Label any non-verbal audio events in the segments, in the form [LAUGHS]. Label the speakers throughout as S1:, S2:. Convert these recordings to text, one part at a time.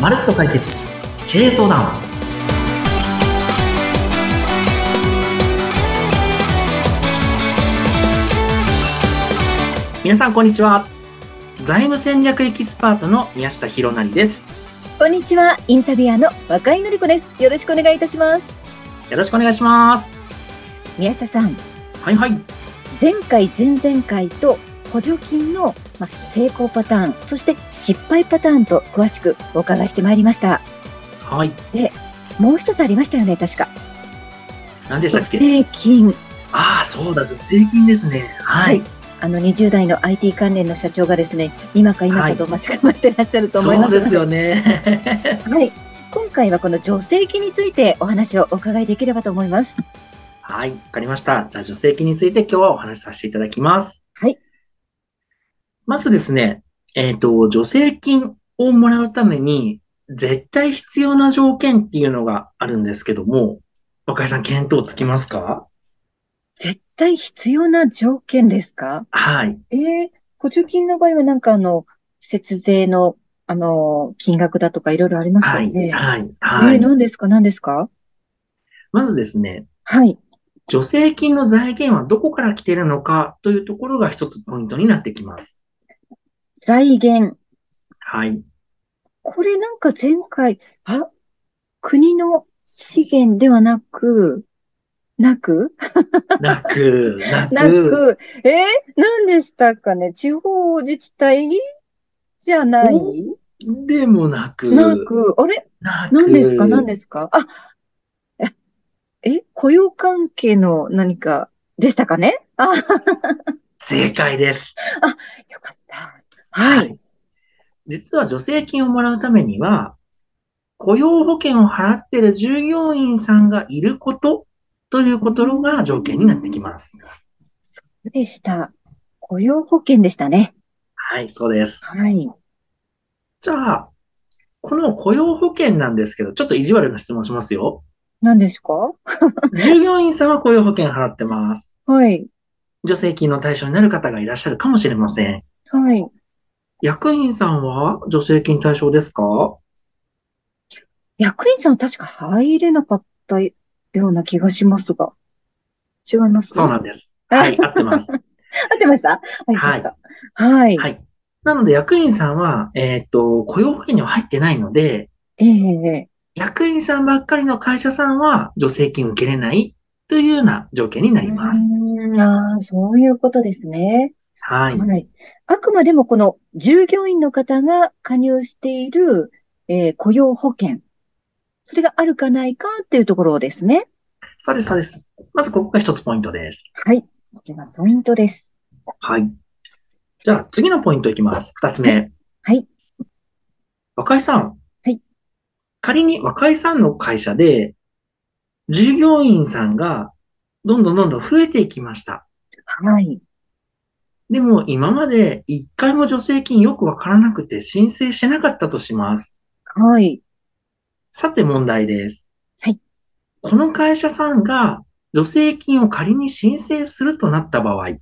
S1: まるっと解決経営相談皆さんこんにちは財務戦略エキスパートの宮下博成です
S2: こんにちは、インタビュアーの若井のり子です。よろしくお願いいたします。
S1: よろしくお願いします
S2: 宮下さん、
S1: はいはい
S2: 前回、前々回と補助金のまあ成功パターン、そして失敗パターンと詳しくお伺いしてまいりました。
S1: はい
S2: もう一つありましたよね、確か。
S1: 何でした
S2: 助
S1: っ
S2: [LAUGHS]
S1: け
S2: 成金。
S1: ああそうだ助成金ですねはい、
S2: はあの、20代の IT 関連の社長がですね、今か今かと間違ってらっしゃると思い
S1: そ
S2: ま
S1: う
S2: す。
S1: ですよね
S2: はい。今回はこの助成金についてお話をお伺いできればと思います。
S1: はい、わかりました。じゃあ、助成金について今日はお話しさせていただきます。
S2: はい。
S1: まずですね、えっ、と、助成金をもらうために、絶対必要な条件っていうのがあるんですけども、若井さん、見当つきますか
S2: 絶対必要な条件ですか
S1: はい。
S2: えー、補助金の場合はなんかあの、節税の、あの、金額だとかいろいろあります
S1: は
S2: よ
S1: い。
S2: ね。
S1: はい。
S2: え
S1: は
S2: ー、
S1: い。
S2: 何ですか何ですか
S1: まずですね、
S2: はい。
S1: 助成金の財源はどこから来てるのかというところが一つポイントになってきます。
S2: 財源。
S1: はい。
S2: これなんか前回、あ、国の資源ではなく、なく
S1: なく、なく、
S2: [LAUGHS] なく、えー、何でしたかね地方自治体じゃない
S1: でもなく、
S2: なく、あれ
S1: なく、
S2: 何ですか何ですかあ、え、え雇用関係の何かでしたかねあ、よ
S1: 正解です。
S2: かった。はい。。
S1: 実は助成金をもらうためには、雇用保険を払っている従業員さんがいることということが条件になってきます。
S2: でした。雇用保険でしたね。
S1: はい、そうです。
S2: はい。
S1: じゃあ、この雇用保険なんですけど、ちょっと意地悪な質問しますよ。
S2: 何ですか
S1: 従業員さんは雇用保険払ってます。
S2: はい。
S1: 助成金の対象になる方がいらっしゃるかもしれません。
S2: はい。
S1: 役員さんは助成金対象ですか
S2: 役員さんは確か入れなかったような気がしますが。違います
S1: そうなん
S2: [LAUGHS]
S1: です。はい、合ってます。
S2: 合ってましたはい。
S1: はい
S2: よかったはい。
S1: はい。なので、役員さんは、えーっと、雇用保険には入ってないので、
S2: ええ
S1: 役員さんばっかりの会社さんは助成金受けれないというような条件になります。
S2: うーんああ、そういうことですね。
S1: はい。
S2: はい。あくまでもこの従業員の方が加入している、えー雇用保険。それがあるかないかっていうところですね。
S1: そうです、そうです。まずここが一つポイントです。
S2: はい。これがポイントです。
S1: はい。じゃあ、次のポイントいきます。二つ目。
S2: はい。
S1: 若井さん。
S2: はい。
S1: 仮に若井さんの会社で、従業員さんがどんどんどんどん増えていきました。
S2: はい。
S1: でも今まで一回も助成金よくわからなくて申請してなかったとします。
S2: はい。
S1: さて問題です。
S2: はい。
S1: この会社さんが助成金を仮に申請するとなった場合、
S2: はい。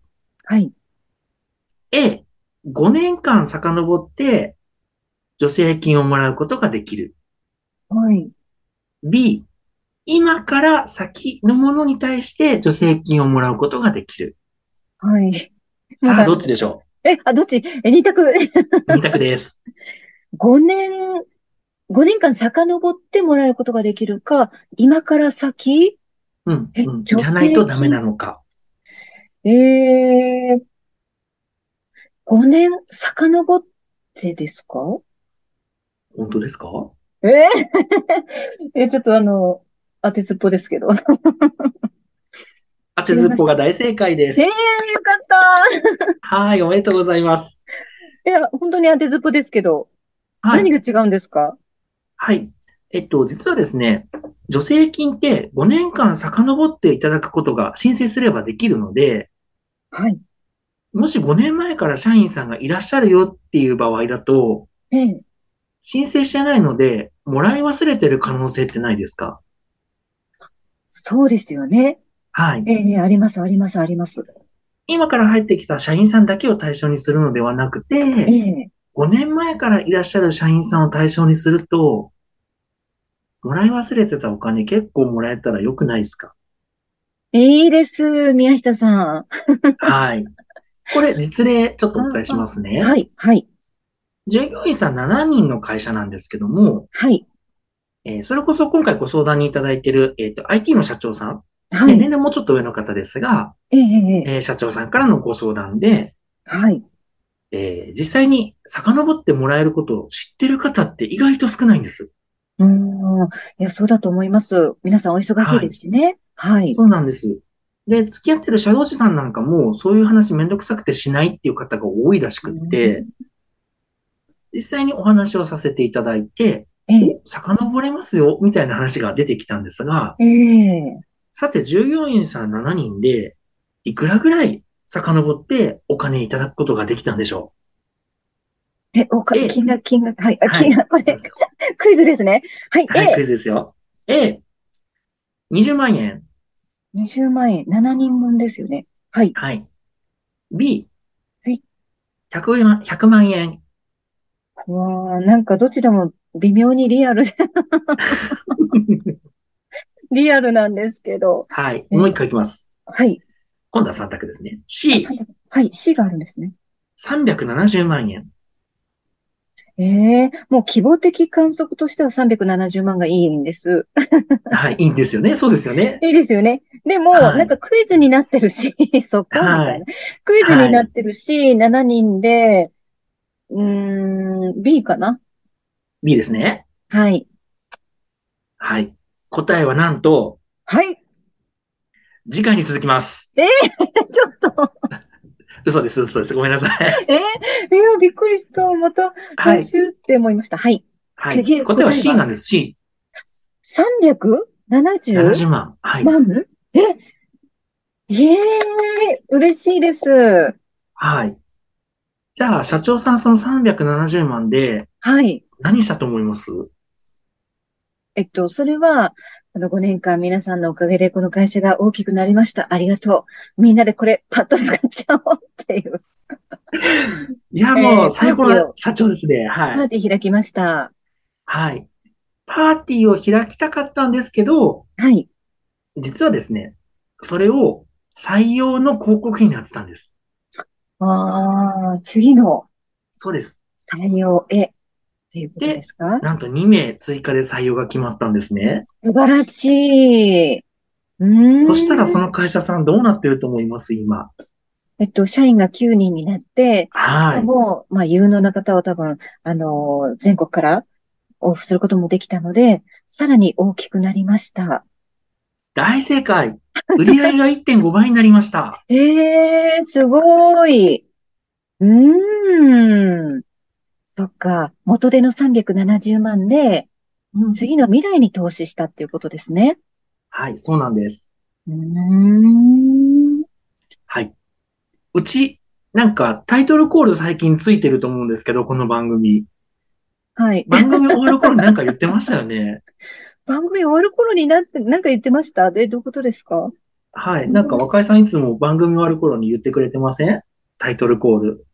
S1: A、5年間遡って助成金をもらうことができる。
S2: はい。
S1: B、今から先のものに対して助成金をもらうことができる。
S2: はい。 [LAUGHS]
S1: さあ、どっちでしょ
S2: え、あ、どっちえ、二択。
S1: う ?2 択です。
S2: 5年、5年間遡ってもらえることができるか、今から先
S1: うん。
S2: え
S1: うんじ
S2: 助成金
S1: ゃないとダメなのか。
S2: ええ5年遡ってですか
S1: 本当ですか
S2: えー [LAUGHS] え、ちょっとあの、当てずっぽですけど。えー、よ
S1: 当てずっぽが大正解です。
S2: かった。
S1: はい、おめでとうございます。
S2: いや、本当に当てずっぽですけど、
S1: は
S2: 何
S1: い。
S2: が違うんですか
S1: はい。えっと、実はですね、助成金って5年間遡っていただくことが申請すればできるので、
S2: はい。
S1: もし5年前から社員さんがいらっしゃるよっていう場合だと、
S2: ええ。
S1: 申請してないので、もらい忘れてる可能性ってないですか
S2: そうですよね。
S1: はい。
S2: ええ、あります、あります、あります。
S1: 今から入ってきた社員さんだけを対象にするのではなく
S2: え
S1: て、
S2: え。
S1: 5年前からいらっしゃる社員さんを対象にすると、もらい忘れてたお金結構もらえたら良くないですか
S2: いいです、宮下さ
S1: はい。これ実例ちょっとお伝えします
S2: ん。
S1: ね。
S2: はい、はい、
S1: 従業員さん7人の会社なんですけども、
S2: はい、
S1: えーそれこそ今回ご相談にいただいている、えっ、と、IT の社長さん、
S2: は
S1: えー
S2: い。
S1: 年齢もうちょっと上の方ですが、
S2: ええ、ええ、
S1: えー社長さんからのご相談で、
S2: はい。
S1: えー実際に遡ってもらえることを知ってる方って意外と少ないんです。
S2: うーん。いや、そうだと思います。皆さんお忙しいですしね。はい。
S1: そうなんです。で、付き合ってる社労士さんなんかも、そういう話めんどくさくてしないっていう方が多いらしくって、実際にお話をさせていただいて、
S2: ええ、
S1: 遡れますよ、みたいな話が出てきたんですが、
S2: ええ、
S1: さて、従業員さん7人で、いくらぐらい遡ってお金いただくことができたんでしょ
S2: え、おか、
S1: ええ
S2: 金額、金額、はい、
S1: う
S2: あ、金額、こ
S1: はい
S2: れ、クイズですね。はい、
S1: はい、クイ
S2: A、
S1: ズですよ。A、20万円。
S2: 20万円、7人分ですよね。はい、
S1: はい。B、
S2: はい
S1: 100万、100万円。
S2: うわあ、なんかどちらも微妙にリ
S1: [LAUGHS]
S2: アルで、リアルなんですけど。
S1: はい。もう一回いきます。
S2: はい。
S1: 今度は3択ですね。
S2: あ
S1: C、
S2: なんだはい、C があるんですね。
S1: 370万円。
S2: ええ、もう希望的観測としては370万がいいんです。
S1: はい、いいんですよね。そうですよね。
S2: いいですよね。でも、
S1: はい
S2: なんかクイズになってるし、 [LAUGHS] そっか、みた
S1: はいい
S2: な。クイズになってるし、7人で、うーん、B かな
S1: B ですね。
S2: はい。
S1: はい。答えはなんと、
S2: はい。
S1: 次回に続きます。
S2: ちょっと、
S1: 嘘です、嘘です。ごめんなさい。
S2: えー、いや、びっくりした。また
S1: は
S2: 来
S1: い。
S2: 週って思いました。はい。
S1: はい。
S2: 次
S1: 答えは C
S2: 答えは
S1: なんです。C。
S2: 370
S1: 70万。はい。
S2: 万えええ嬉しいです。
S1: はい。じゃあ、社長さんその370万で
S2: はい。
S1: 何したと思います
S2: えっと、それは、この5年間皆さんのおかげでこの会社が大きくなりました。ありがとう。みんなでこれパッと使っちゃおうっていう
S1: いや、
S2: えー
S1: もう最高
S2: パーティー
S1: な
S2: を
S1: 社長ですね。
S2: パ
S1: はい。
S2: ーティー開きました。
S1: はい。パーティーを開きたかったんですけど、
S2: はい。
S1: 実はですね、それを採用の広告費になってたんです。
S2: ああ、次の
S1: そうです。
S2: 採用へっていうことですか
S1: なんと2名追加で採用が決まったんですね。
S2: 素晴らしい。うーん。
S1: そしたらその会社さんどうなってると思います今。
S2: えっと、社員が9人になって、
S1: はい。
S2: もう、まあ、有能な方を多分、あのー全国から応募することもできたので、さらに大きくなりました。
S1: 大正解。売り上げが1.5倍になりました。
S2: ええすごい。うーん。そっか。元手の370万で、次の未来に投資したっていうことですね。
S1: はい、そうなんです。
S2: うーん。
S1: はい。うち、なんかタイトルコール最近ついてると思うんですけど、この番組。
S2: はい。
S1: 番組終わる頃になんか言ってましたよ
S2: [LAUGHS]
S1: ね。
S2: 番組終わる頃になって、なんか言ってましたで、どういうことですか
S1: はい。なんか若井さんいつも番組終わる頃に言ってくれてませんタイトルコール。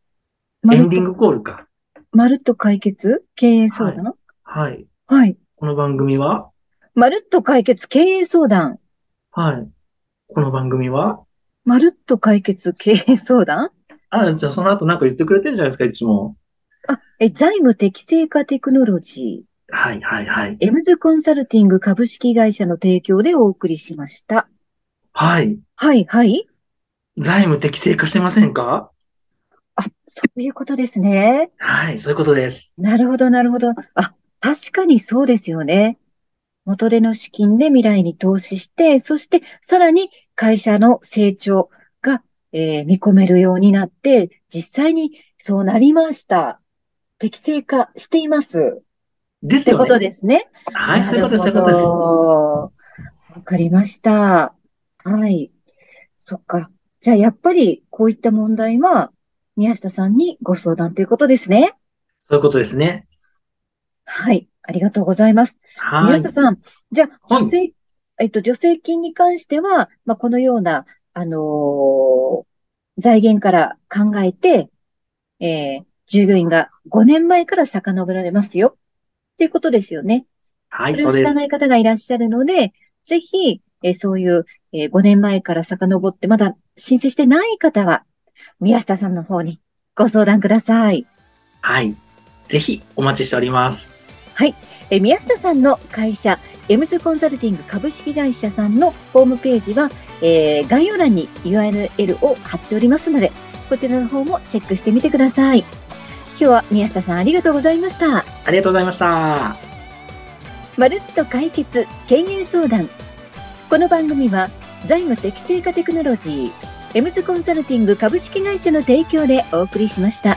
S2: ま
S1: エ
S2: る
S1: ンディン
S2: っと、
S1: グコールか。
S2: まるっと解決経営相談
S1: はい。
S2: はい。
S1: この番組は
S2: まるっと解決経営相談。
S1: はい。この番組は
S2: まるっと解決経営相談
S1: あ、じゃあその後なんか言ってくれてるじゃないですか、いつも。
S2: え、財務適正化テクノロジー。
S1: はい、はい、はい。
S2: エムズコンサルティング株式会社の提供でお送りしました。
S1: はい。
S2: はい、はい。
S1: 財務適正化してませんか
S2: あ、そういうことですね。
S1: はい、そういうことです。
S2: なるほど、なるほど。あ、確かにそうですよね。元手の資金で未来に投資して、そしてさらに会社の成長が、えー見込めるようになって、実際にそうなりました。適正化しています。
S1: で
S2: っ
S1: す
S2: て
S1: よ
S2: こと
S1: ね。
S2: ですね。
S1: はい、そういうことです、そう
S2: ないる
S1: うことです。
S2: ほどわかりました。はい。そっか。じゃあ、やっぱり、こういった問題は、宮下さんにご相談ということですね。
S1: そういうことですね。
S2: はい。ありがとうございます。
S1: は
S2: 宮
S1: い
S2: 下。さん、じゃあ、
S1: はい
S2: 助成、えっと、助成金に関しては、まあ、このような、あのー財源から考えて、えー従業員が5年前から遡られますよ。っていうことですよね。
S1: はい、
S2: それ
S1: そ
S2: を
S1: う
S2: 知
S1: で
S2: ら
S1: す。
S2: ない方がいらっしゃるので、ぜひ、えーそういう、えー5年前から遡ってまだ申請してない方は、宮下さんの方にご相談ください。
S1: はい。ぜひお待ちしております。
S2: えー宮下さんの会社、エムズコンサルティング株式会社さんのホームページは、えー概要欄に URL を貼っておりますので、こちらの方もチェックしてみてください。今日は宮下さんありがとうございました。
S1: ありがとうございました。
S2: まるっと解決経営相談この番組は財務適正化テクノロジーエムズコンサルティング株式会社の提供でお送りしました。